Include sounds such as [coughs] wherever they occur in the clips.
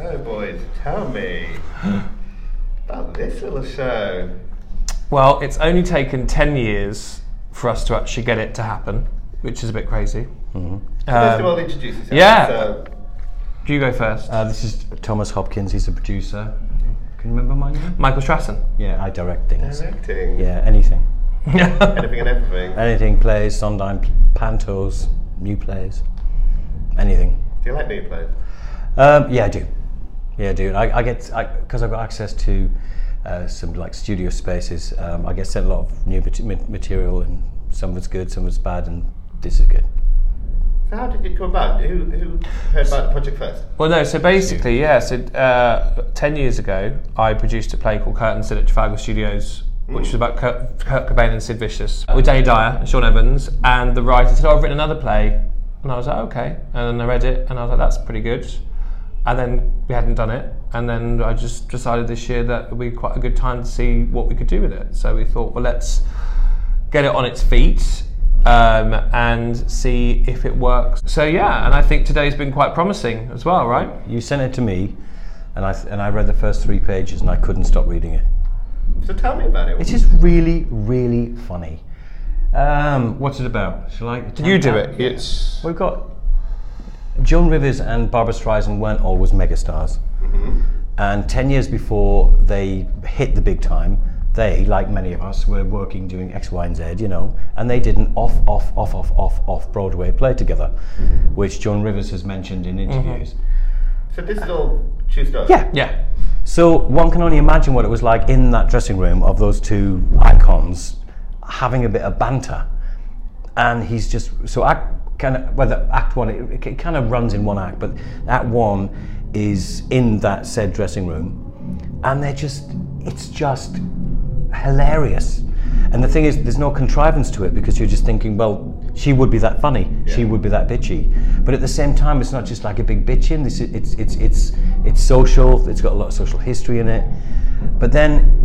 is tell [gasps] me about this little show. Well, it's only taken 10 years for us to actually get it to happen, which is a bit crazy. First of Um, all, introduce yourself. yeah. So, you go first? Uh, this is Thomas Hopkins. He's a producer. Can you remember my name? Michael Strassen. Yeah, I direct things. directing. Yeah, Uh, anything, Anything uh, and everything. anything. Plays, Sondheim, pantos, new plays, anything. Do you like new plays? Um, yeah, I do. Yeah, I do. I, I get because I've got access to uh, some like studio spaces. Um, I get sent a lot of new mat- ma- material, and some of it's good, some of it's bad, and this is good. So how did it come about? Who, who heard about the project first? Well, no, so basically, yeah, so uh, 10 years ago, I produced a play called Curtains at Trafalgar Studios, which was about Kurt, Kurt Cobain and Sid Vicious, with Danny Dyer and Sean Evans, and the writer said, oh, I've written another play. And I was like, okay. And then I read it, and I was like, that's pretty good. And then we hadn't done it, and then I just decided this year that it would be quite a good time to see what we could do with it. So we thought, well, let's get it on its feet um, and see if it works. So yeah, and I think today's been quite promising as well, right? You sent it to me, and I and I read the first three pages, and I couldn't stop reading it. So tell me about it. It's just really, really funny. Um, what's it about? Shall I? Did you do it? It's We've got Joan Rivers and Barbara Streisand weren't always megastars, Mm-hmm. and ten years before they hit the big time, they, like many of us, were working doing X, Y, and Z, you know, and they did an off, off, off, off, off, off Broadway play together, which Joan Rivers has mentioned in interviews. so this is all true story. Yeah, yeah, So one can only imagine what it was like in that dressing room of those two icons having a bit of banter. And he's just so act kind of whether act one it, it kind of runs in one act, but act one is in that said dressing room, and they're just it's just hilarious. And the thing is, there's no contrivance to it because you're just thinking, well, she would be that funny, she would be that bitchy. But at the same time, it's not just like a big bitching. This is, it's it's it's it's social. It's got a lot of social history in it. But then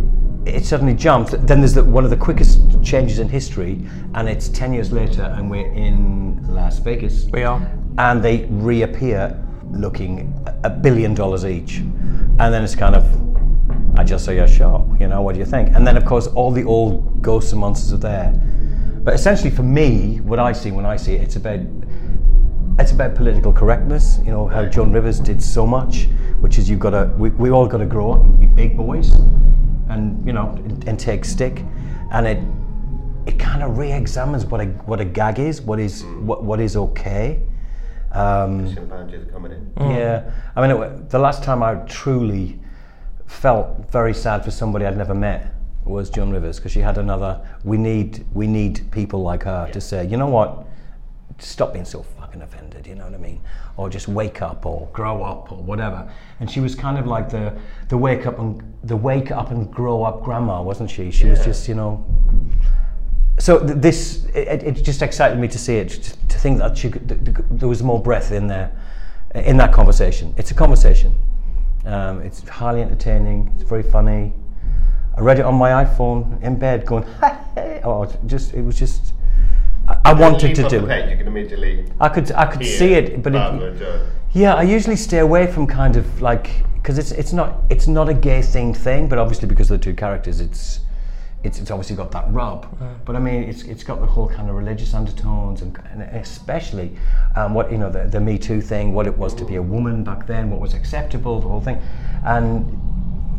it suddenly jumps. Then there's the, one of the quickest changes in history, and it's ten years later, and we're in Las Vegas we are. and they reappear looking a- a billion dollars each. And then it's kind of, I just saw your show, you know, what do you think? And then, of course, all the old ghosts and monsters are there. But essentially, for me, what I see when I see it, it's about it's about political correctness. You know how John Rivers did so much, which is you've got to we, we all got to grow up and be big boys, and you know and, and take stick, and it it kind of re-examines what a what a gag is, what is what what is okay. Um, Chimpanzees comedy. yeah, I mean, it, wa- the last time I truly felt very sad for somebody I'd never met was Joan Rivers because she had another. We need we need people like her to say, you know what, stop being so fucking offended. You know what I mean? Or just wake up, or grow up, or whatever. And she was kind of like the the wake up and the wake up and grow up grandma, wasn't she? She was just you know so th- this it, it just excited me to see it to, to think that you could, th- th- there was more breath in there uh, in that conversation it's a conversation um, it's highly entertaining it's very funny i read it on my iphone in bed going [laughs] oh it's just it was just i, I wanted to Leap off do the it page, You can immediately i could i could see hear it but it, Barbara and Joe. yeah, I usually stay away from kind of like because it's it's not it's not a gay themed thing, but obviously because of the two characters, it's it's, it's obviously got that rub. But I mean, it's it's got the whole kind of religious undertones, and, and especially um, what you know the, the Me Too thing, what it was to be a woman back then, what was acceptable, the whole thing, and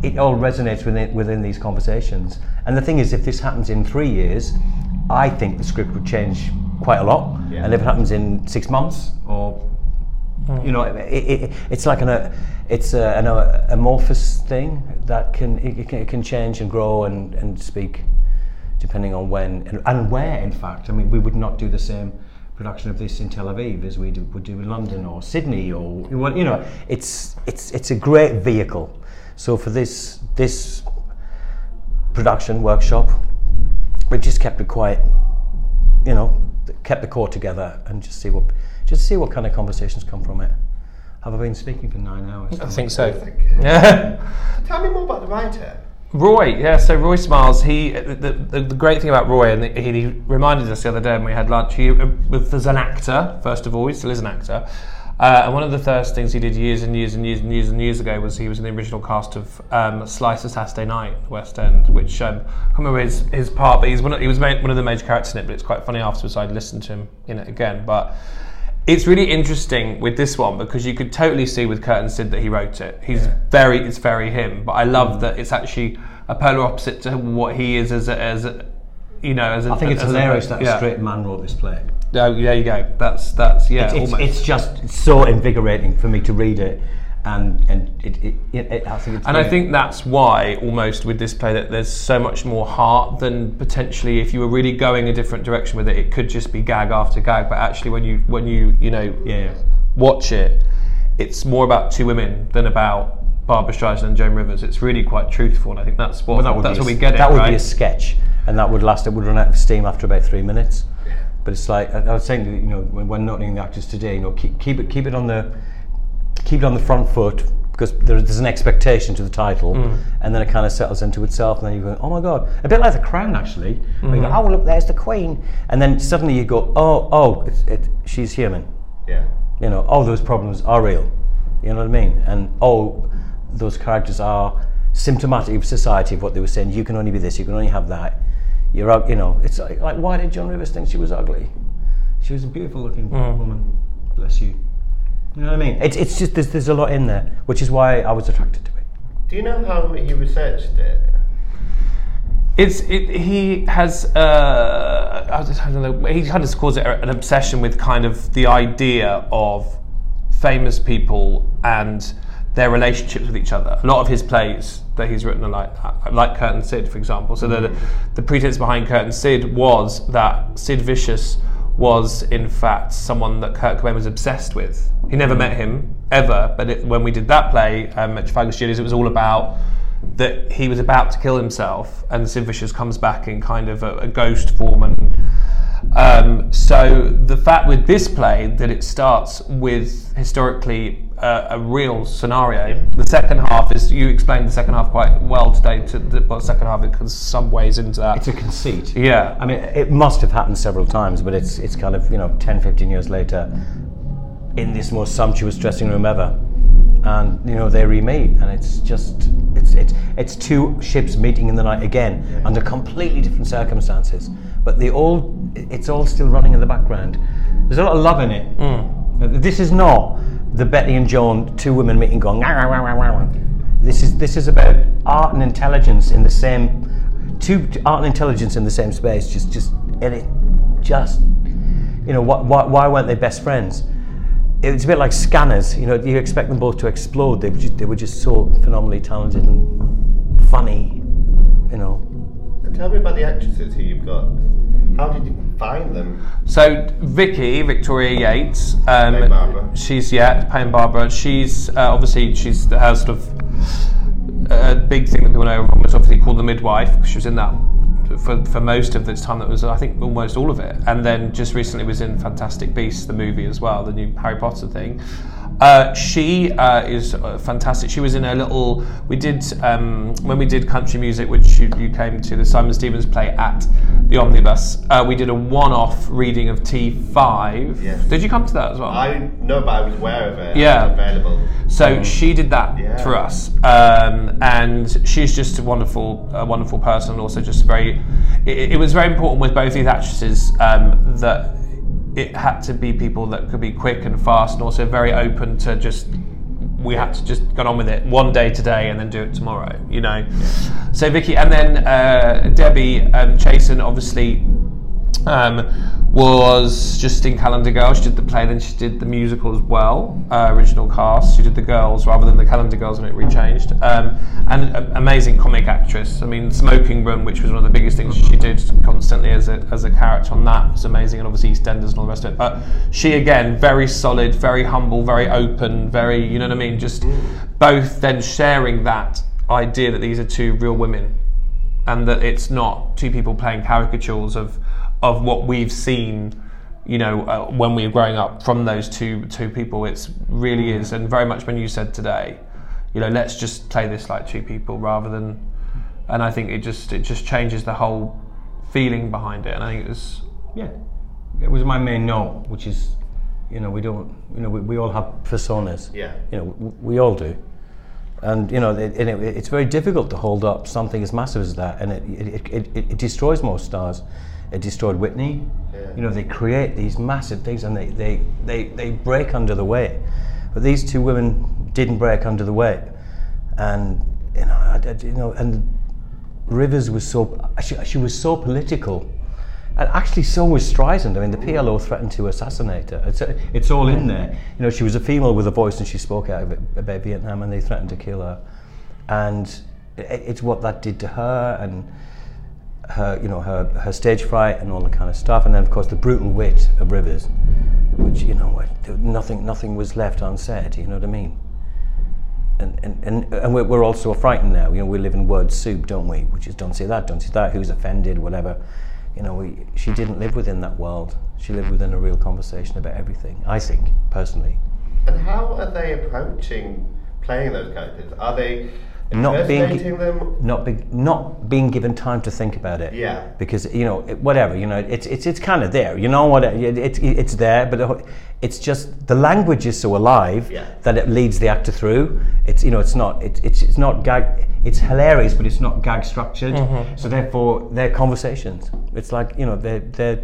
it all resonates within within these conversations. And the thing is, if this happens in three years, I think the script would change quite a lot. Yeah. And if it happens in six months or you know, it, it, it- it's like an uh, it's a, an uh, amorphous thing that can it, can it can change and grow and, and speak depending on when and, and where. In fact, I mean, we would not do the same production of this in Tel Aviv as we do, would do in London or Sydney or well, you know, it's it's it's a great vehicle. So for this this production workshop, we just kept it quiet you know, th- kept the core together and just see what just see what kind of conversations come from it. Have I been speaking for nine hours? I think so. Yeah. Tell me more about the writer. [laughs] Roy, yeah. So Roy Smiles. He uh, the, the, the great thing about Roy, and he, uh, he reminded us the other day when we had lunch. He was an actor first of all. He still is an actor, Uh, and one of the first things he did years and years and years and years and years ago was he was in the original cast of um, Slice of Saturday Night, West End, which um, I can't remember his, his part, but he's one of, he was ma- one of the major characters in it. But it's quite funny afterwards. I listened to him in it again, but it's really interesting with this one because you could totally see with Kurt and Sid that he wrote it. He's very, it's very him. But I love Mm. that it's actually a polar opposite to what he is as a, as a, you know as a, I think it's as a- hilarious that yeah. a straight man wrote this play. Oh, there you go. That's that's yeah. It's, almost. it's just so invigorating for me to read it, and and it, it, it, it I think it's and I brilliant. think that's why, almost with this play, that there's so much more heart than potentially if you were really going a different direction with it. It could just be gag after gag, but actually, when you when you you know yeah, watch it, it's more about two women than about Barbara Streisand and Joan Rivers. It's really quite truthful, and I think that's what well, that would that's be what a, we get. That it, would right? be a sketch, and that would last. It would run out of steam after about three minutes. But it's like I, I was saying, to you you know, when, when noting the actors today, you know, keep, keep it keep it on the keep it on the front foot because there, there's an expectation to the title, Mm. and then it kind of settles into itself, and then you go, oh my god, a bit like The Crown actually. where you go, Mm-hmm. oh look, there's the Queen, and then suddenly you go, oh oh, it's, it, she's human. Yeah. you know, oh, those problems are real. You know what I mean? And oh, those characters are symptomatic of society of what they were saying. You can only be this. You can only have that. You're out. You know, it's like, like why did John Rivers think she was ugly? She was a beautiful looking woman. Bless you. You know what I mean? It's it's just there's there's a lot in there, which is why I was attracted to it. Do you know how he researched it? It's it, he has uh, I don't- I don't know he kind of calls it a- an obsession with kind of the idea of famous people and their relationships with each other. A lot of his plays that he's written are like that, like Kurt and Sid, for example. So the Mm-hmm. the pretense behind Kurt and Sid was that Sid Vicious was in fact someone that Kurt Cobain was obsessed with. He never met him ever, but it, when we did that play um, at Trafalgar Studios, it was all about that he was about to kill himself, and Sid Vicious comes back in kind of a, a ghost form. And um, so the fact with this play that it starts with historically uh, a real scenario. The second half is you explained the second half quite well today. To the well, second half because some ways into that. It's a conceit. yeah, I mean, it must have happened several times, but it's it's kind of you know 10, 15 years later, in this most sumptuous dressing room ever, and you know they re-meet, and it's just it's it's it's two ships meeting in the night again under completely different circumstances, but they all it's all still running in the background. There's a lot of love in it. This is not the Betty and John two women meeting going. "Wah, wah, wah, wah, wah." This is this is about art and intelligence in the same two art and intelligence in the same space just just and it just you know why, why, why weren't they best friends it's a bit like scanners you know you expect them both to explode they were just, they were just so phenomenally talented and funny you know And tell me about the actresses who you've got. How did you find them? So Vicky Victoria Yates, um, Payne Barber. she's yeah, Payne Barber. She's uh, obviously she's her sort of uh, big thing that people know everyone was obviously called the midwife because she was in that for, for most of the time that was I think almost all of it, and then just recently was in Fantastic Beasts the movie as well, the new Harry Potter thing. Uh, she uh, is uh, fantastic. She was in a little. We did um, when we did country music, which you, you came to the Simon Stevens play at the Omnibus. Uh, we did a one-off reading of T five. Yes. Did you come to that as well? I know, but I was aware of it. I Yeah. was Available. So she did that Yeah. for us, um, and she's just a wonderful, a wonderful person. and Also, just very. It, it was very important with both these actresses um, that it had to be people that could be quick and fast, and also very open to just. We had to just get on with it one day today and then do it tomorrow, you know. So Vicky and then uh, Debbie um, Chasen, obviously um, was just in Calendar Girl. She did the play, then she did the musical as well. Uh, original cast. She did the girls rather than the Calendar Girls when it rechanged. Um, and a- amazing comic actress. I mean, Smoking Room, which was one of the biggest things she did constantly as a, as a character on that, was amazing. And obviously EastEnders and all the rest of it. But she, again, very solid, very humble, very open, very, you know what I mean? Just both then sharing that idea that these are two real women and that it's not two people playing caricatures of of what we've seen you know uh, when we were growing up from those two two people it's really is and very much when you said today you know let's just play this like two people rather than and i think it just it just changes the whole feeling behind it and i think it was yeah it was my main note which is you know, we don't, you know, we, we all have personas. Yeah. You know, we, we all do. And, you know, it, and it, it's very difficult to hold up something as massive as that. And it, it, it, it, it destroys most stars. It destroyed Whitney. Yeah. You know, they create these massive things and they, they, they, they break under the weight. But these two women didn't break under the weight. And, you know, I, I- you know and Rivers was so she, she was so political, and actually so was Streisand. I mean, the PLO threatened to assassinate her. It's, it's all in there. You know, she was a female with a voice, and she spoke out of it about Vietnam, and they threatened to kill her. And i it's what that did to her, and her, you know, her her stage fright, and all that kind of stuff. And then, of course, the brutal wit of Rivers, which you know, what- there- nothing nothing was left unsaid. You know what I mean? and, and, and, and we're, we're all so frightened now. You know, we live in word soup, don't we? Which is don't say that, don't say that. Who's offended? Whatever. You know, we, she didn't live within that world. She lived within a real conversation about everything. I think, personally, And how are they approaching playing those characters? Are they Not being- impersonating them? not be, not being given time to think about it. Yeah. Because you know, it, whatever. You know, it's it's it's kind of there. You know what? It, it, it's there, but the whole- it's just the language is so alive Yeah. that it leads the actor through. It's you know, it's not it's it's, it's not gag. It's hilarious, but it's not gag structured. So therefore, they're conversations. It's like you know, they're they're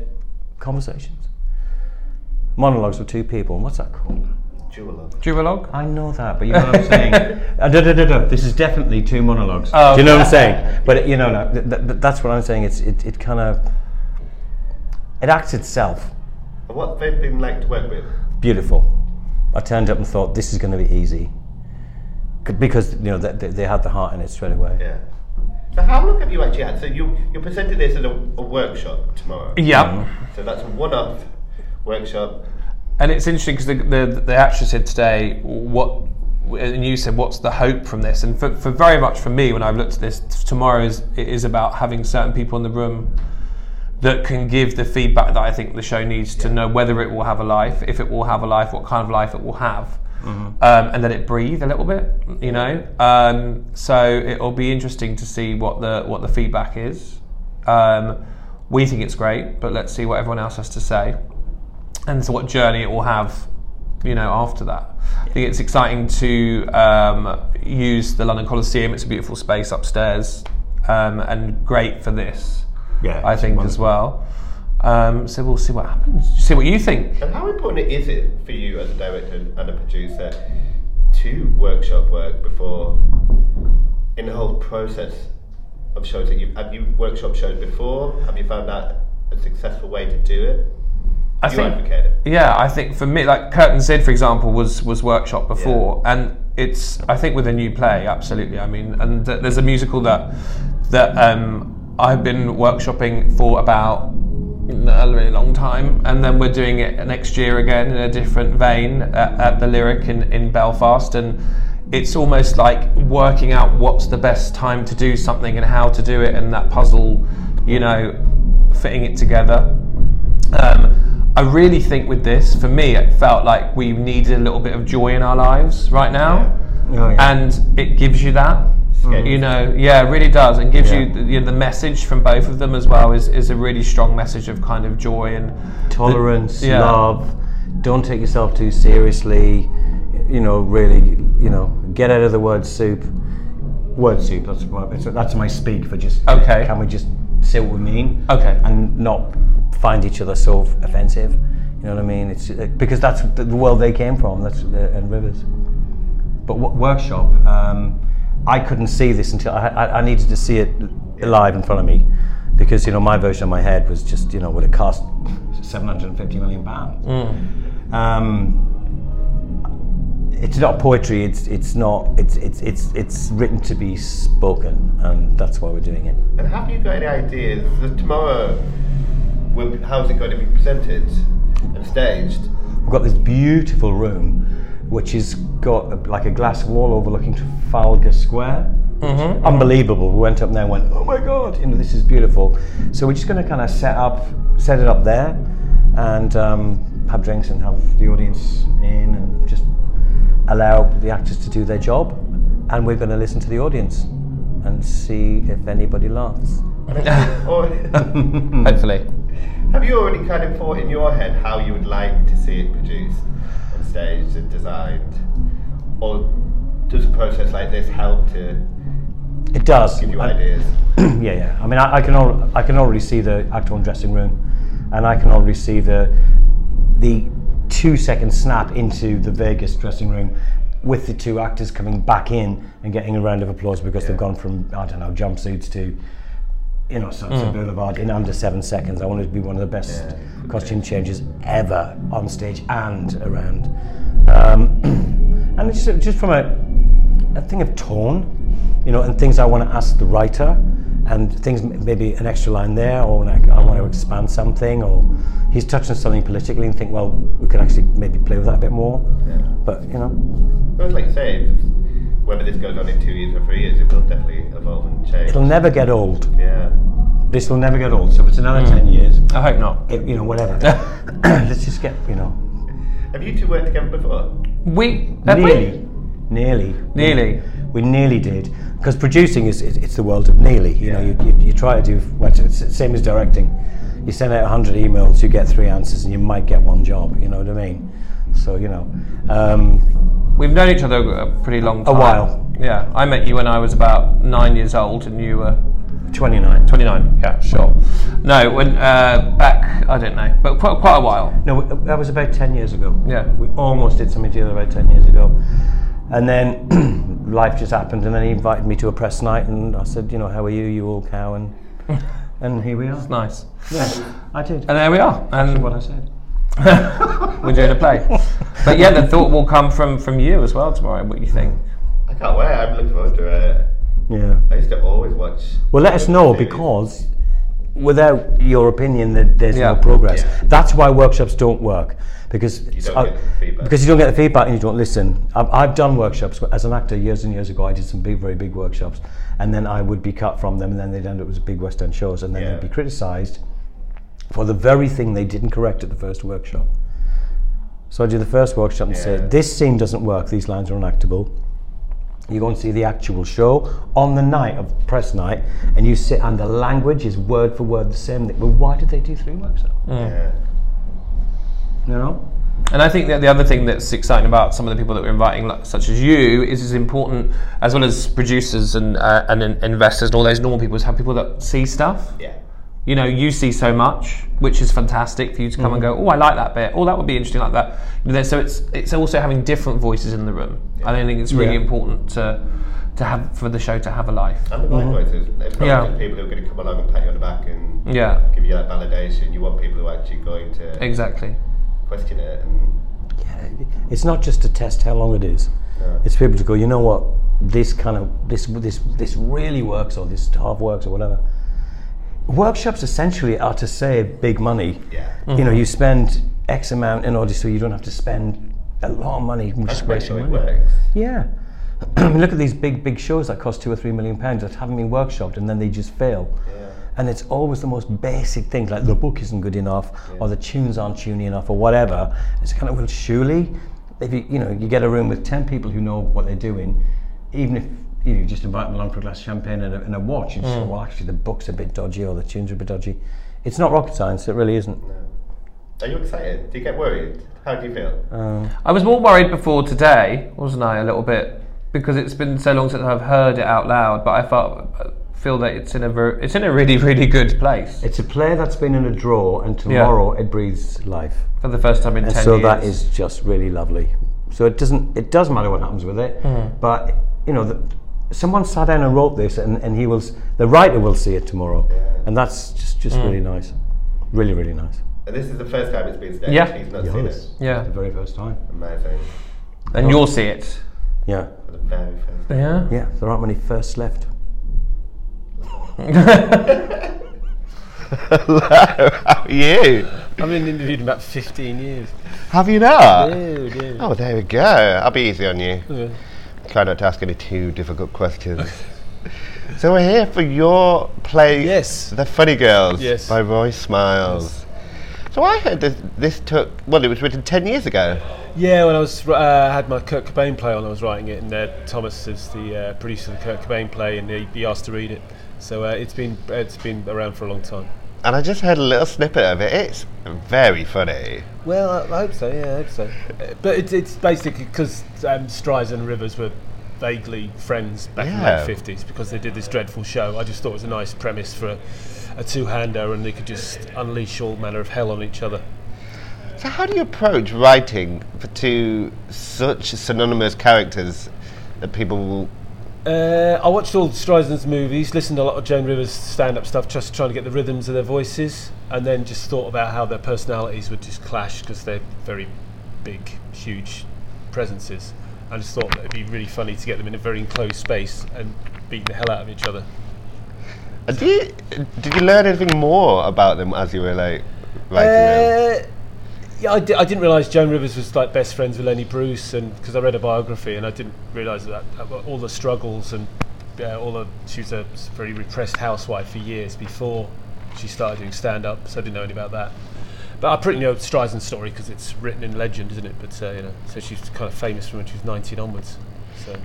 conversations. Monologues with two people. What's that called? Jeweler. Duologue? I know that, but you know what I'm [laughs] saying. Uh, duh, duh, duh, duh. This is definitely two monologues. Oh, Do you know what I'm saying? But you know, no, th- th- th- that's what I'm saying. It's it, it kind of it acts itself. And what they've been like to work with? Beautiful. I turned up and thought this is going to be easy C- because you know they, they, they had the heart in it straight away. Yeah. So how long have you actually had? So you you're presenting this at a, a workshop tomorrow. Yep. So that's a one-off workshop. And it's interesting because the, the, the actress said today, what, and you said, what's the hope from this? And for, for very much for me, when I've looked at this, tomorrow is, it is about having certain people in the room that can give the feedback that I think the show needs to know whether it will have a life, if it will have a life, what kind of life it will have. Um, and let it breathe a little bit, you know. Um, so it'll be interesting to see what the what the feedback is. Um, we think it's great, but let's see what everyone else has to say and so what journey it will have, you know, after that. I think it's exciting to um, use the London Coliseum. It's a beautiful space upstairs, um, and great for this, Yeah, I think as well. Um, so we'll see what happens. See what you think. And how important is it for you as a director and a producer to workshop work before in the whole process of shows that you have you workshop shows before? Have you found that a successful way to do it? I you think- advocate it. Yeah, I think for me, like Curtain Zid, for example, was was workshop before, and it's I think with a new play, absolutely. I mean, and th- there's a musical that that um, I've been workshopping for about a really long time, and then we're doing it next year again in a different vein at, at the Lyric in in Belfast, and it's almost like working out what's the best time to do something and how to do it, and that puzzle, you know, fitting it together. Um, I really think with this, for me, it felt like we needed a little bit of joy in our lives right now, Oh, yeah. and it gives you that. Escape. You know, yeah, it really does, and gives you Yeah. the, you know, the message from both of them as well is, is a really strong message of kind of joy and Tolerance, Yeah. love. Don't take yourself too seriously. You know, really, you know, get out of the word soup. Word soup. That's my, that's- that's my speak for just. Okay. Can we just say what we mean? Okay. And not find each other so offensive. You know what I mean? It's uh, because that's the the world they came from. That's the, and rivers. But what workshop? Um, I couldn't see this until I, I, I needed to see it live in front of me, because you know my version of my head was just you know would it cost seven hundred and fifty million pounds. Um, it's not poetry. It's it's not. It's it's it's it's written to be spoken, and that's why we're doing it. And have you got any ideas that tomorrow will, how's it going to be presented and staged? We've got this beautiful room, which has got a, like a glass wall overlooking Trafalgar Square. Mm-hmm. Unbelievable. We went up there and went, oh my god, you know, this is beautiful. So we're just going to kind of set up, set it up there, and um, have drinks and have the audience in, and just allow the actors to do their job. And we're going to listen to the audience and see if anybody laughs. [laughs] Or hopefully. Have you already kind of thought in your head how you would like to see it produced on stage and designed? Or does a process like this help to It does. give you I- ideas? [clears throat] yeah, yeah. I mean, I, I can al- I can already see the actor and dressing room, and I can already see the the two second snap into the Vegas dressing room with the two actors coming back in and getting a round of applause because they've gone from I don't know jumpsuits to you know Sunset Boulevard in under seven seconds. I want it to be one of the best costume changes ever on stage and around. Um, [clears throat] and it's just, just from a a thing of tone, you know, and things I want to ask the writer, and things m- maybe an extra line there, or like I want to expand something, or he's touching on something politically and think, well, we could actually maybe play with that a bit more. Yeah. But you know, Well, like you say, if- whether this goes on in two years or three years, it will definitely evolve and change. it'll never get old. yeah. This will never get old. So if it's Mm. another ten years, I hope not. it, you know, whatever. [coughs] Let's just get you know, Have you two worked together before? We have nearly, we? nearly, Nearly. We nearly did because producing is it's, it's the world of nearly. You know, Yeah. you, you, you try to do well, it's- it's the same as directing. You send out hundred emails, you get three answers, and you might get one job. You know what I mean? So you know, um, We've known each other a pretty long time. while. Yeah, I met you when I was about nine years old, and you were twenty nine. 29. Yeah, sure. No, when uh, back, I don't know, but quite, quite a while. No, that was about ten years ago. Yeah. we almost did something together about ten years ago, and then [clears throat] life just happened, and then he invited me to a press night, and I said, you know, how are you, you old cow, and and here we are. Nice. Yeah, I did. And there we are. And what I said. [laughs] we're doing a play. But yeah, the thought will come from from you as well tomorrow. What you think? I can't wait. I'm looking forward to it. Yeah. I used to always watch. Well, let us know series. because without your opinion, that there's Yeah. no progress. Yeah. That's why workshops don't work because don't I- get the feedback. because you don't get the feedback and you don't listen. I've, I've done workshops as an actor years and years ago. I did some big, very big workshops, and then I would be cut from them, and then they'd end up with big West End shows, and then Yeah. they'd be criticised for the very thing they didn't correct at the first workshop. So I do the first workshop and Yeah. say, this scene doesn't work, these lines are unactable. You go and see the actual show on the night of press night, and you sit, and the language is word for word the same. Well, why did they do three workshops? Yeah. You know? And I think that the other thing that's exciting about some of the people that we're inviting, like, such as you, is it's important, as well as producers and uh, and in- investors and all those normal people, is have people that see stuff. Yeah. You know, you see so much, which is fantastic for you to come and Mm-hmm. go. Oh, I like that bit. Oh, that would be interesting like that. You know, so it's it's also having different voices in the room. And I think it's really Yeah. important to to have for the show to have a life. Mm-hmm. And the right voices. It's not Yeah. just people who are going to come along and pat you on the back and Yeah, give you that validation. You want people who are actually going to exactly. question it. And Yeah, it's not just to test how long it is. No. It's for people to go, you know what, this kind of this this this really works, or this half works, or whatever. Workshops essentially are to save big money. yeah. You know, you spend X amount in order so you don't have to spend a lot of money. You're Just Just make wasting sure it money. works. Yeah. [clears throat] I mean, look at these big, big shows that cost two or three million pounds that haven't been workshopped and then they just fail. Yeah. And it's always the most basic things like the book isn't good enough or the tunes aren't tuny enough or whatever. It's kind of, well, surely, if you, you know, you get a room with 10 people who know what they're doing, even if you, know, you just invite them along for a glass of champagne and a, and a watch, and just go, well, actually, the book's a bit dodgy or the tunes are a bit dodgy. It's not rocket science, it really isn't. Are you excited? Do you get worried? How do you feel? Uh, I was more worried before today, wasn't I, a little bit, because it's been so long since I've heard it out loud. But I felt feel that it's in a ver- it's in a really really good place It's a play that's been in a drawer, and tomorrow it breathes life. for the first time in and ten so years. that is just really lovely. So it doesn't it does matter what happens with it, Hmm. but you know, the, someone sat down and wrote this, and, and he will s- the writer will see it tomorrow, and that's just just Hmm. really nice, really really nice. And this is the first time it's been staged. Yeah. He's not seen it. yeah, the very first time. Amazing. and you'll see it. Yeah, For the very first time. Yeah, yeah. There aren't many firsts left. [laughs] [laughs] Hello. How are you? I've been interviewed in about 15 years. Have you not? Dude, yeah. Oh, there we go. I'll be easy on you. Yeah. Try not to ask any too difficult questions. so we're here for your play, Yes. The Funny Girls, Yes. by Roy Smiles. So I heard this, this took well, it was written ten years ago. Yeah, when I was uh, had my Kurt Cobain play on, I was writing it, and uh, Thomas is the uh, producer of the Kurt Cobain play, and he, he asked to read it. So uh, it's been it's been around for a long time. and I just heard a little snippet of it. It's very funny. Well, I I hope so. Yeah, I hope so. Uh, But it's it's basically because um, Strise and Rivers were vaguely friends back in Yeah. the fifties because they did this dreadful show. I just thought it was a nice premise for a, a two-hander, and they could just unleash all manner of hell on each other. So, how do you approach writing for two such synonymous characters that people will? Uh, I watched all Streisand's movies, listened to a lot of Joan Rivers' stand-up stuff, just trying to get the rhythms of their voices, and then just thought about how their personalities would just clash because they're very big, huge presences. I just thought that it'd be really funny to get them in a very enclosed space and beat the hell out of each other. And Do you, did you learn anything more about them as you were like writing them? Uh, yeah, I, di- I didn't realise Joan Rivers was like best friends with Lenny Bruce, and because I read a biography, and I didn't realise that uh, all the struggles and uh, all the she was a s- very repressed housewife for years before she started doing stand up, so I didn't know any about that. But I pretty know Streisand's story because it's written in legend, isn't it? But uh, you know, so she's kind of famous from when she was 19 onwards. So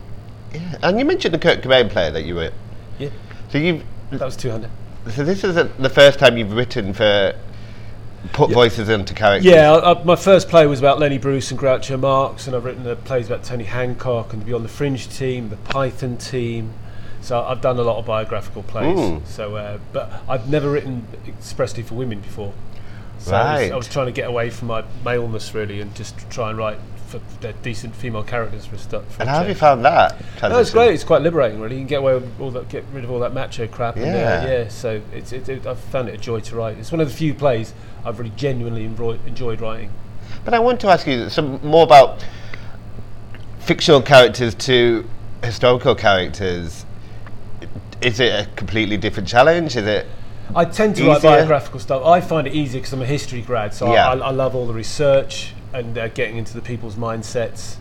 Yeah. And you mentioned the Kurt Cobain player that you were. Uh, yeah, So you, that was 200. so this is the first time you've written for put voices into characters. Yeah, I, I, my first play was about Lenny Bruce and Groucho Marx, and I've written uh, plays about Tony Hancock and the Beyond the Fringe team, the Python team. So I've done a lot of biographical plays. Mm. So, uh, but I've never written expressly for women before. So I, was, I Right. was trying to get away from my maleness really, and just try and write for uh, decent female characters for stuff. And how have you found that? No, Oh, it's transition? great. It's quite liberating, really. You can get away with all that, get rid of all that macho crap. And, Yeah. uh, yeah. So it's, it, it, I've found it a joy to write. It's one of the few plays I've really genuinely enroi- enjoyed writing. But I want to ask you some more about fictional characters to historical characters. Is it a completely different challenge? Is it? I tend to write Easier? biographical stuff. I find it easier because I'm a history grad, so I- Yeah. I, I love all the research and uh, getting into the people's mindsets.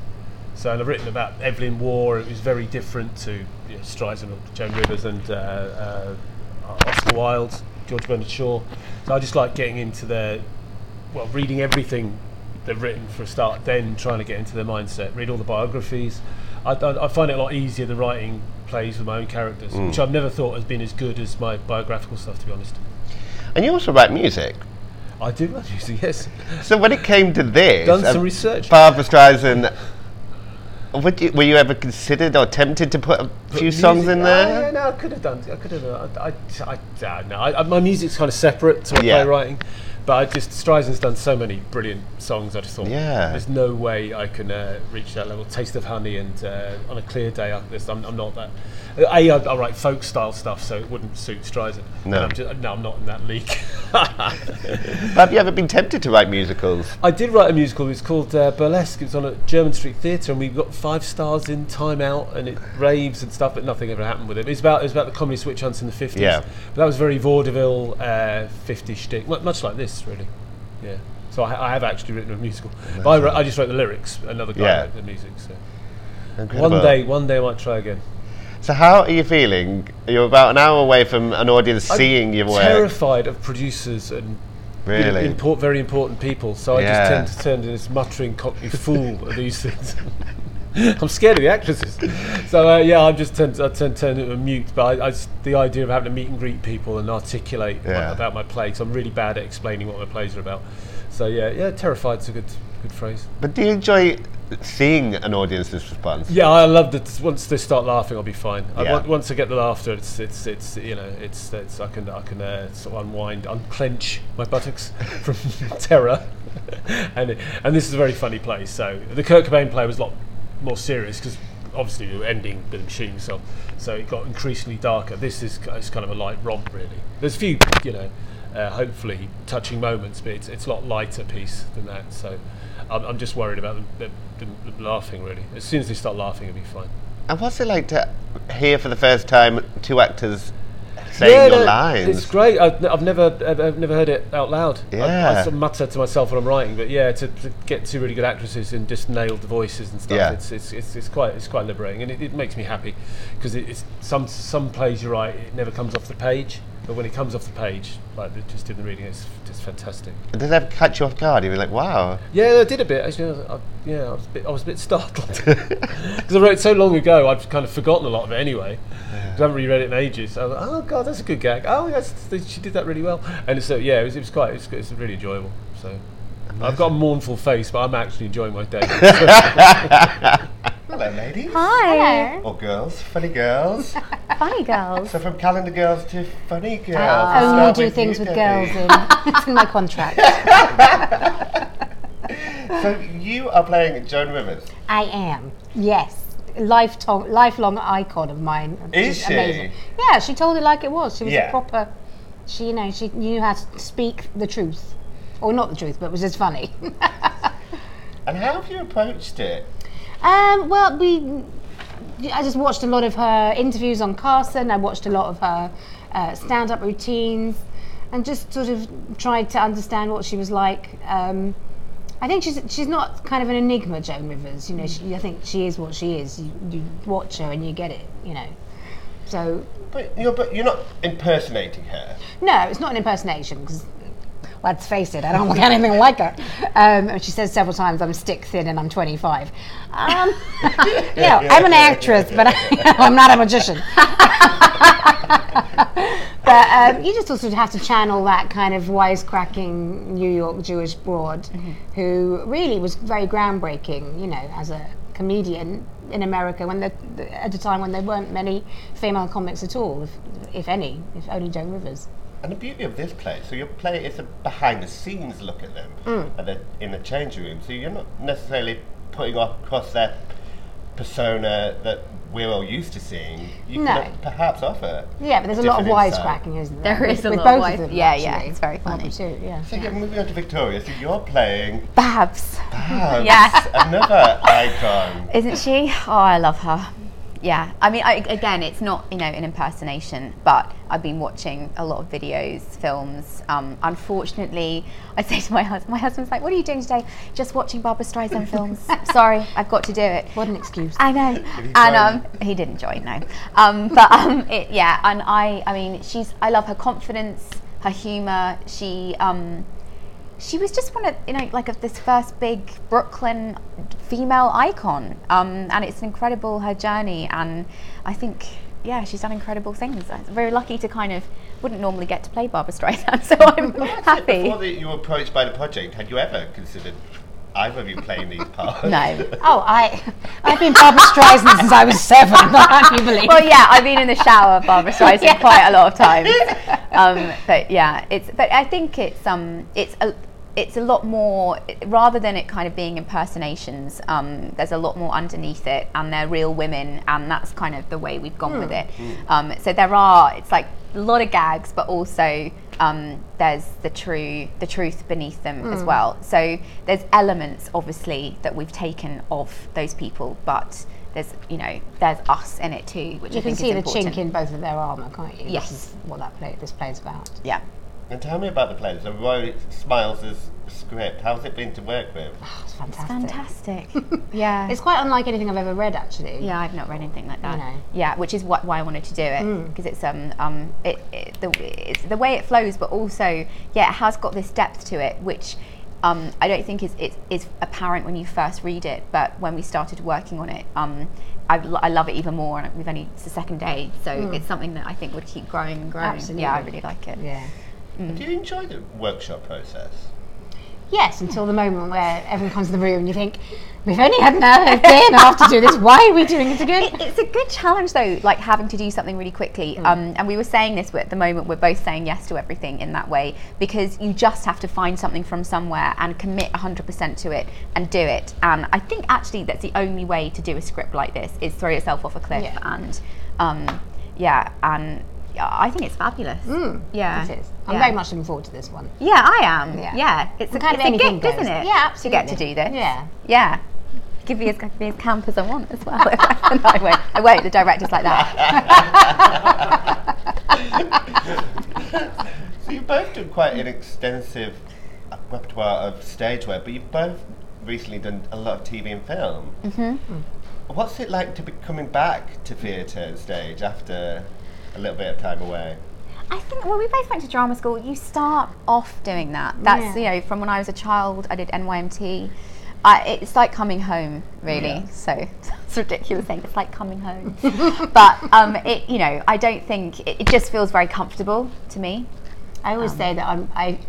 So, and I've written about Evelyn Waugh. It was very different to you know, Streisand or Joan Rivers and uh, uh, Oscar Wilde, George Bernard Shaw. So I just like getting into their, well, reading everything they've written for a start, then trying to get into their mindset. Read all the biographies. I, I, I find it a lot easier than writing plays with my own characters, which I've never thought has been as good as my biographical stuff, to be honest. And you also write music. I do love music, [laughs] yes. So when it came to this, Done um, some research. Barbra Streisand. Would you, were you ever considered or tempted to put a few Music- songs in Ah, yeah, there? no, I could have done. I could have. done- I, I, I, I no, I, I- my music's kind of separate to my Yeah. playwriting, but I just Streisand's done so many brilliant songs. I just thought, Yeah. there's no way I can uh, reach that level. Taste of Honey and uh, on a clear day, I, there's- I'm, I'm not that. A, I, I write folk style stuff, so it wouldn't suit Streisand. No. and I'm just, no, I'm not in that [laughs] league. But have you ever been tempted to write musicals? I did write a musical. It was called uh, Burlesque. It was on at German Street Theatre, and we got five stars in Time Out, and it raves and stuff, but nothing ever happened with it. It was about it was about the comedy switch hunts in the fifties. Yeah. but that was very vaudeville uh, fifty shtick, mu- much like this, really. Yeah. So I, I have actually written a musical. But I, wrote, I just wrote the lyrics. Another guy Yeah. wrote the music. So Incredible. one day, one day I might try again. So how are you feeling? You're about an hour away from an audience seeing your work. Terrified of producers and im- really? impor- very important people. So I Yeah. just tend to turn to this muttering cockney fool at these things. [laughs] I'm scared of the actresses. So uh, yeah, I'm just tend I tend to turn into a mute. But I, I just- the idea of having to meet and greet people and articulate my- Yeah. about my play, 'cause I'm really bad at explaining what my plays are about. So yeah, yeah, terrified's a good good phrase. But do you enjoy seeing an audience's response? Yeah, I love that. Once they start laughing, I'll be fine. I, Yeah. on- once I get the laughter, it's it's it's you know it's it's I can I can uh, sort of unwind, unclench my buttocks [laughs] from terror, [laughs] and and this is a very funny play. So the Kurt Cobain play was a lot more serious because obviously we were ending with him shooting himself, so it got increasingly darker. This is ki- it's kind of a light romp really. There's a few you know. Uh, hopefully, touching moments, but it's, it's a lot lighter piece than that. So, I'm, I'm just worried about them, them, them, them laughing. Really, as soon as they start laughing, it'll be fine. And what's it like to hear for the first time two actors saying your no, It's lines? great. I've, n- I've never, I've, I've never heard it out loud. I- I, Yeah. sort of mutter to myself when I'm writing, but yeah, to, to get two really good actresses and just nail the voices and stuff. Yeah. It's, it's, it's, it's quite, it's quite liberating, and it, it makes me happy because it, it's some some plays you write, it never comes off the page. But when it comes off the page, like they just in the reading, it's just fantastic. Does that catch you off guard? You were like, wow. Yeah, I did a bit. Actually, I was, I, yeah, I was a bit, I was a bit startled [laughs] because I wrote it so long ago. I'd kind of forgotten a lot of it anyway. 'Cause I haven't reread it in ages. I was like, oh god, that's a good gag. Oh, that's, th- she did that really well. And so yeah, it was, it was quite. It was, good- it's really enjoyable. So I've got a mournful face, but I'm actually enjoying my day. Hello, ladies. Hi. Or girls, funny [laughs] girls. Funny girls. so from calendar girls to funny girls. I I'll [laughs] only start do with things you, with girls Debbie. in. [laughs] It's in my contract. So you are playing Joan Rivers. I am. Yes. Lifetime, lifelong icon of mine. Is She's she? Amazing. Yeah, she told it like it was. She was Yeah. a proper. She, you know, she knew how to speak the truth, or not the truth, but it was just funny. And how have you approached it? Um, well, we. I just watched a lot of her interviews on Carson. I watched a lot of her uh, stand-up routines, and just sort of tried to understand what she was like. Um, I think she's she's not kind of an enigma, Joan Rivers. You know, she, I think she is what she is. You, you watch her and you get it. You know, so But you're, but you're not impersonating her. no, it's not an impersonation because. Let's face it, I don't look anything like her. Um, and she says several times, I'm stick thin and I'm 25. Um, [laughs] you know, I'm an actress, but [laughs] I, I'm not a magician. [laughs] but um, you just sort of have to channel that kind of wisecracking New York Jewish broad who really was very groundbreaking, you know, as a comedian in America when the, the, at a time when there weren't many female comics at all, if, if any, if only Joan Rivers. And the beauty of this play, so your play is a behind the scenes look at them and they're in the changing room. So you're not necessarily putting off- across that persona that we're all used to seeing. You No. can perhaps offer. Yeah, but there's a lot of different insight. wisecracking, isn't there? There With- is a with lot of both wise- them, yeah, yeah, actually. it's very Probably funny. too, yeah. So yeah, moving on to Victoria, so you're playing Babs, Babs, Yes. [laughs] another icon. isn't she? Oh, I love her. Yeah, I mean, I, again, it's not you know an impersonation, but I've been watching a lot of videos, films. Um, unfortunately, I say to my husband, my husband's like, "What are you doing today? Just watching Barbara [laughs] Streisand films." Sorry, I've got to do it. What an excuse. I know. he And join? um, he didn't join, no. Um, [laughs] but um, it, yeah, and I, I mean, she's. I love her confidence, her humour. She, um, she was just one of you know, like of this first big Brooklyn female icon. Um, and it's incredible her journey, and I think. Yeah, she's done incredible things. I'm very lucky to kind of wouldn't normally get to play Barbara Streisand, [laughs] so I'm [laughs] happy. Before the, you were approached by the project, had you ever considered either of you playing these parts? No. Oh, I, I've been Barbara Streisand since I was [laughs] seven. Can you believe? well, yeah, I've been in the shower, Barbara Streisand, quite a lot of times. Um, but yeah, it's. But I think it's um, it's a, it's a lot more rather than it kind of being impersonations. Um, there's a lot more underneath it, and they're real women, and that's kind of the way we've gone with it. Um, so there are. It's like a lot of gags, but also. Um, there's the true the truth beneath them as well. So there's elements obviously that we've taken of those people, but there's you know there's us in it too, which I You can think see is the important. chink in both of their armour, can't you? Yes. Which is what that play, this play's about. Oh, Yeah. [laughs] And tell me about the play. So Roy Smiles' script, how's it been to work with? It's fantastic. Fantastic. [laughs] yeah. It's quite unlike anything I've ever read, actually. yeah, I've not read anything like that. know. Yeah, which is what, why I wanted to do it Mm. because it's um um it, it the it's the way it flows, but also yeah, it has got this depth to it, which um I don't think is is, is apparent when you first read it, but when we started working on it, um I, lo- I love it even more, and we've only it's the second day, so it's something that I think would keep growing and growing. Yeah, Mm. I Absolutely. really like it. Yeah. Do you enjoy the workshop process? Yes, until the moment where everyone comes in the room and you think, we've only had an hour and a day and a half to do this. Why are we doing it again? [laughs] It- it's a good challenge though, like having to do something really quickly. Hmm. Um, and we were saying this we're- at the moment, we're both saying yes to everything in that way because you just have to find something from somewhere and commit 100% to it and do it. And I think actually that's the only way to do a script like this is throw yourself off a cliff Yeah. and um, yeah, and yeah, I think it's fabulous. Yeah, Mm. Hmm. It is. I'm yeah. very much looking forward to this one. Yeah, I am. Yeah. Yeah, it's The a kind it's of a anything gift, goes. isn't it? Yeah, To get to absolutely. do this. Yeah. yeah. Give me as, give me as camp as I want as well. [laughs] no, I won't. I won't. The director's like that. So you both done quite an extensive repertoire of stage work, but you've both recently done a lot of TV and film. Mm-hmm. What's it like to be coming back to theatre and stage after a little bit of time away? I think well, we both went to drama school. You start off doing that. That's Yeah. you know, from when I was a child, I did NYMT. I, it's like coming home, really. So [laughs] it's a ridiculous thing. It's like coming home, but um, it, you know, I don't think it, it just feels very comfortable to me. I Um, always say that I'm, I,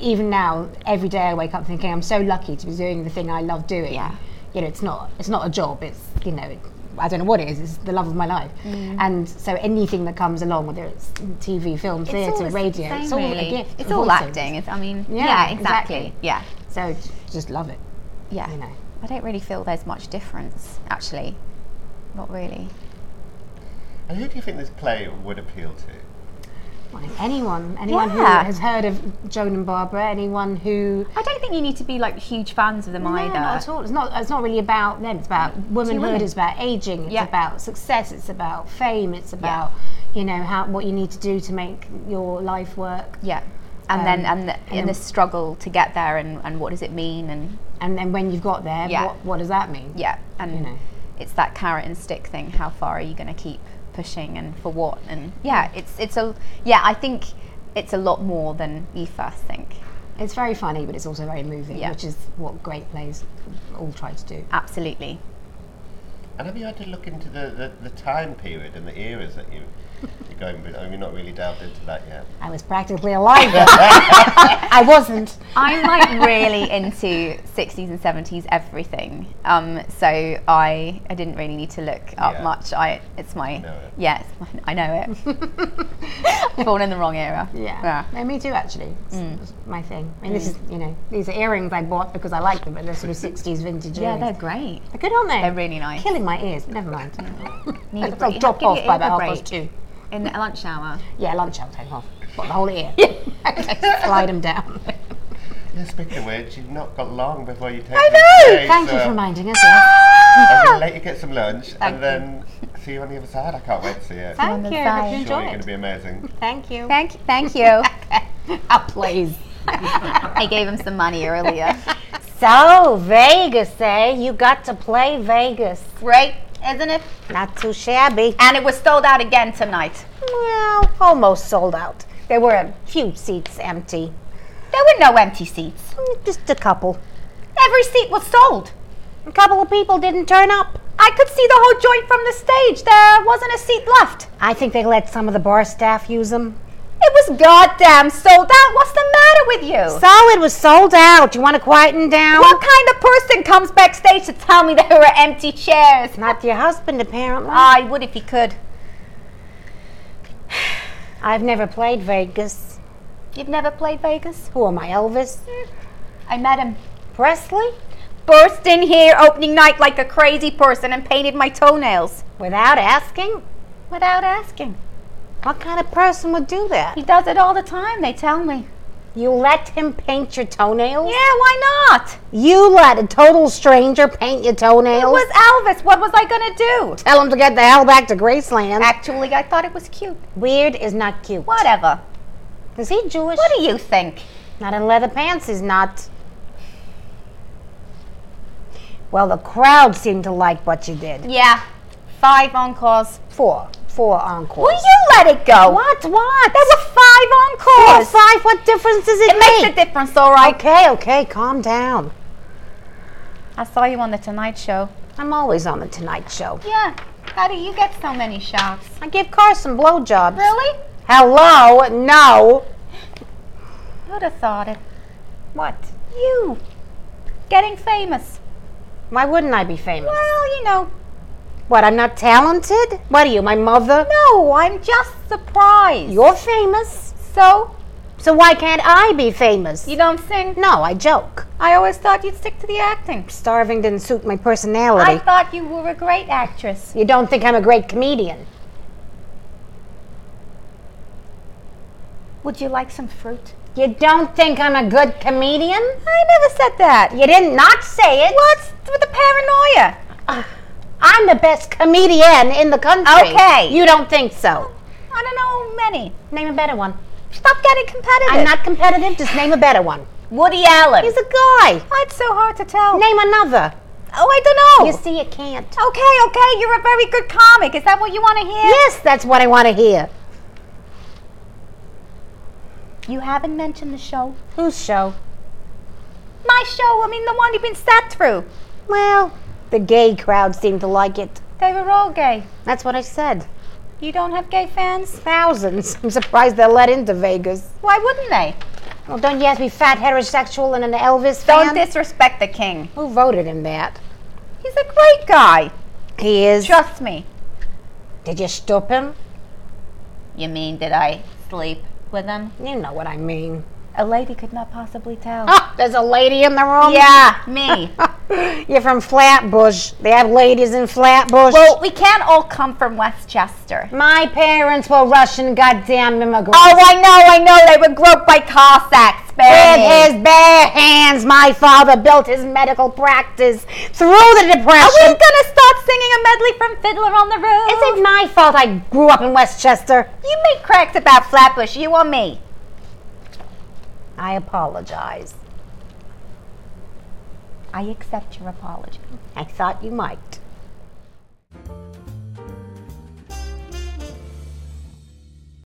even now, every day I wake up thinking I'm so lucky to be doing the thing I love doing. Yeah. You know, it's not it's not a job. It's you know, it, I don't know what it is. It's the love of my life. Mm. And so anything that comes along, whether it's TV, film, all theatre, the radio, same, it's all really. a gift. It's of all sorts. acting. It's, I mean, Yeah, yeah, exactly. exactly. Yeah, So j- just love it. yeah. You know. I don't really feel there's much difference, actually. Not really. And who do you think this play would appeal to? Like Anyone, anyone Yeah. who has heard of Joan and Barbara, anyone who I don't think you need to be like huge fans of them No, either. not at all. It's not. It's not really about them. It's about womanhood. women. It's about aging. It's Yeah. about success. It's about fame. It's about you know how what you need to do to make your life work. Yeah. And Um, then and the, and and then- the struggle to get there and, and what does it mean and And then when you've got there, Yeah. what, what does that mean? yeah and You know. it's that carrot and stick thing. How far are you going to keep pushing and for what and yeah it's it's a yeah I think it's a lot more than you first think. It's very funny, but it's also very moving, Yeah. which is what great plays all try to do. Absolutely. And have you had to look into the, the, the time period and the eras that you, you're going with? Have you not really delved into that yet? I was practically alive. [laughs] then. I wasn't. I'm like really into 60s and 70s everything. Um, so I I didn't really need to look up Yeah. much. I it's my know it. yeah it's my, I know it. [laughs] I've Born in the wrong era. Yeah. No, me too, actually. It's Mm. it's my thing. I mean, this is, you know, these are earrings I bought because I like them, and they're sort of 60s vintage Yeah, earrings. they're great. they're good, aren't they? They're really nice. Killing my ears, but never mind. Need a I'll break. drop Give off your by ear a about half break. past two. in the lunch hour. Yeah, lunch I'll take off. Got the whole [laughs] ear. [laughs] Slide them down. Yeah, speaking of which, you've not got long before you take I this know! play, Thank you so for reminding us. Yes. I'll Ah. be late, you get some lunch, Thank and then see you on the other side. I can't wait to see it. Thank you. I hope you Sure, enjoy you're going to it. be amazing. Thank you. Thank, thank you. [laughs] Up, please. I gave him some money earlier. So, Vegas, eh? You got to play Vegas. Great, isn't it? Not too shabby. And it was sold out again tonight. Well, almost sold out. There were a few seats empty. There were no empty seats. Mm, Just a couple. Every seat was sold. A couple of people didn't turn up. I could see the whole joint from the stage. There wasn't a seat left. I think they let some of the bar staff use them. It was goddamn sold out. What's the matter with you? So it was sold out. You want to quieten down? what kind of person comes backstage to tell me there were empty chairs? Not your husband, apparently. I would if he could. I've never played Vegas. You've never played Vegas? Who am I, Elvis? I met him. Presley? burst in here opening night like a crazy person and painted my toenails Without asking? without asking. What kind of person would do that? He does it all the time, they tell me. You let him paint your toenails? Yeah, why not? You let a total stranger paint your It toenails? was Elvis. What was I gonna do? Tell him to get the hell back to Graceland. Actually, I thought it was cute. Weird is not cute. Whatever. Is he Jewish? What do you think? Not in leather pants, he's not. Well, the crowd seemed to like what you did. Yeah, five encores. Four. Four encores. Will you let it go? What? What? There were five Four, encores. five. What difference does it, It makes a difference, all right. Okay, okay, calm down. I saw you on the Tonight Show. I'm always on the Tonight Show. Yeah. How do you get so many shouts? I give Carson blowjobs. Really? Hello? No. Who'd have thought it? What? You. Getting famous. Why wouldn't I be famous? Well, you know, What, I'm not talented? What are you, my mother? No, I'm just surprised. You're famous, so so why can't I be famous? you don't sing? no, I joke. I always thought you'd stick to the acting. Starving didn't suit my I personality. thought you were a great actress. you don't think I'm a great comedian? Would you like some fruit? You don't think I'm a good comedian? I never said that. You did not say it. What's with the paranoia? [sighs] I'm the best comedian in the country. Okay. You don't think so? I don't know many. Name a better one. Stop getting competitive. I'm not competitive, just name a better one. Woody Allen. He's a guy. Oh, it's so hard to tell. Name another. Oh, I don't know. You see, you can't. okay, okay, you're a very good comic. Is that what you want to hear? Yes, that's what I want to hear. You haven't mentioned the show. Whose show? My show. I mean, the one you've been sat through. Well, the gay crowd seemed to like it. They were all gay. That's what I said. You don't have gay fans? Thousands. I'm surprised they're let into Vegas. Why wouldn't they? Well, don't you have to be fat, heterosexual, and an Elvis fan? Don't disrespect the king. Who voted him that? He's a great guy. He is. Trust me. Did you stop him? You mean did I sleep with him? You know what I mean. A lady could not possibly tell. Um. Ah, there's a lady in the room. Oh, Yeah, [laughs] me. You're from Flatbush. They have ladies in Flatbush. well, we can't all come from Westchester. my parents were Russian goddamn immigrants. Oh, I know, I know. They were groped by Cossacks. Spare With me. his bare hands, my father built his medical practice through the Are we Depression. gonna start singing a medley from Fiddler on the Roof? Is it my fault I grew up in Westchester? You made cracks about Flatbush, you or me? I apologize. I accept your apology. I thought you might.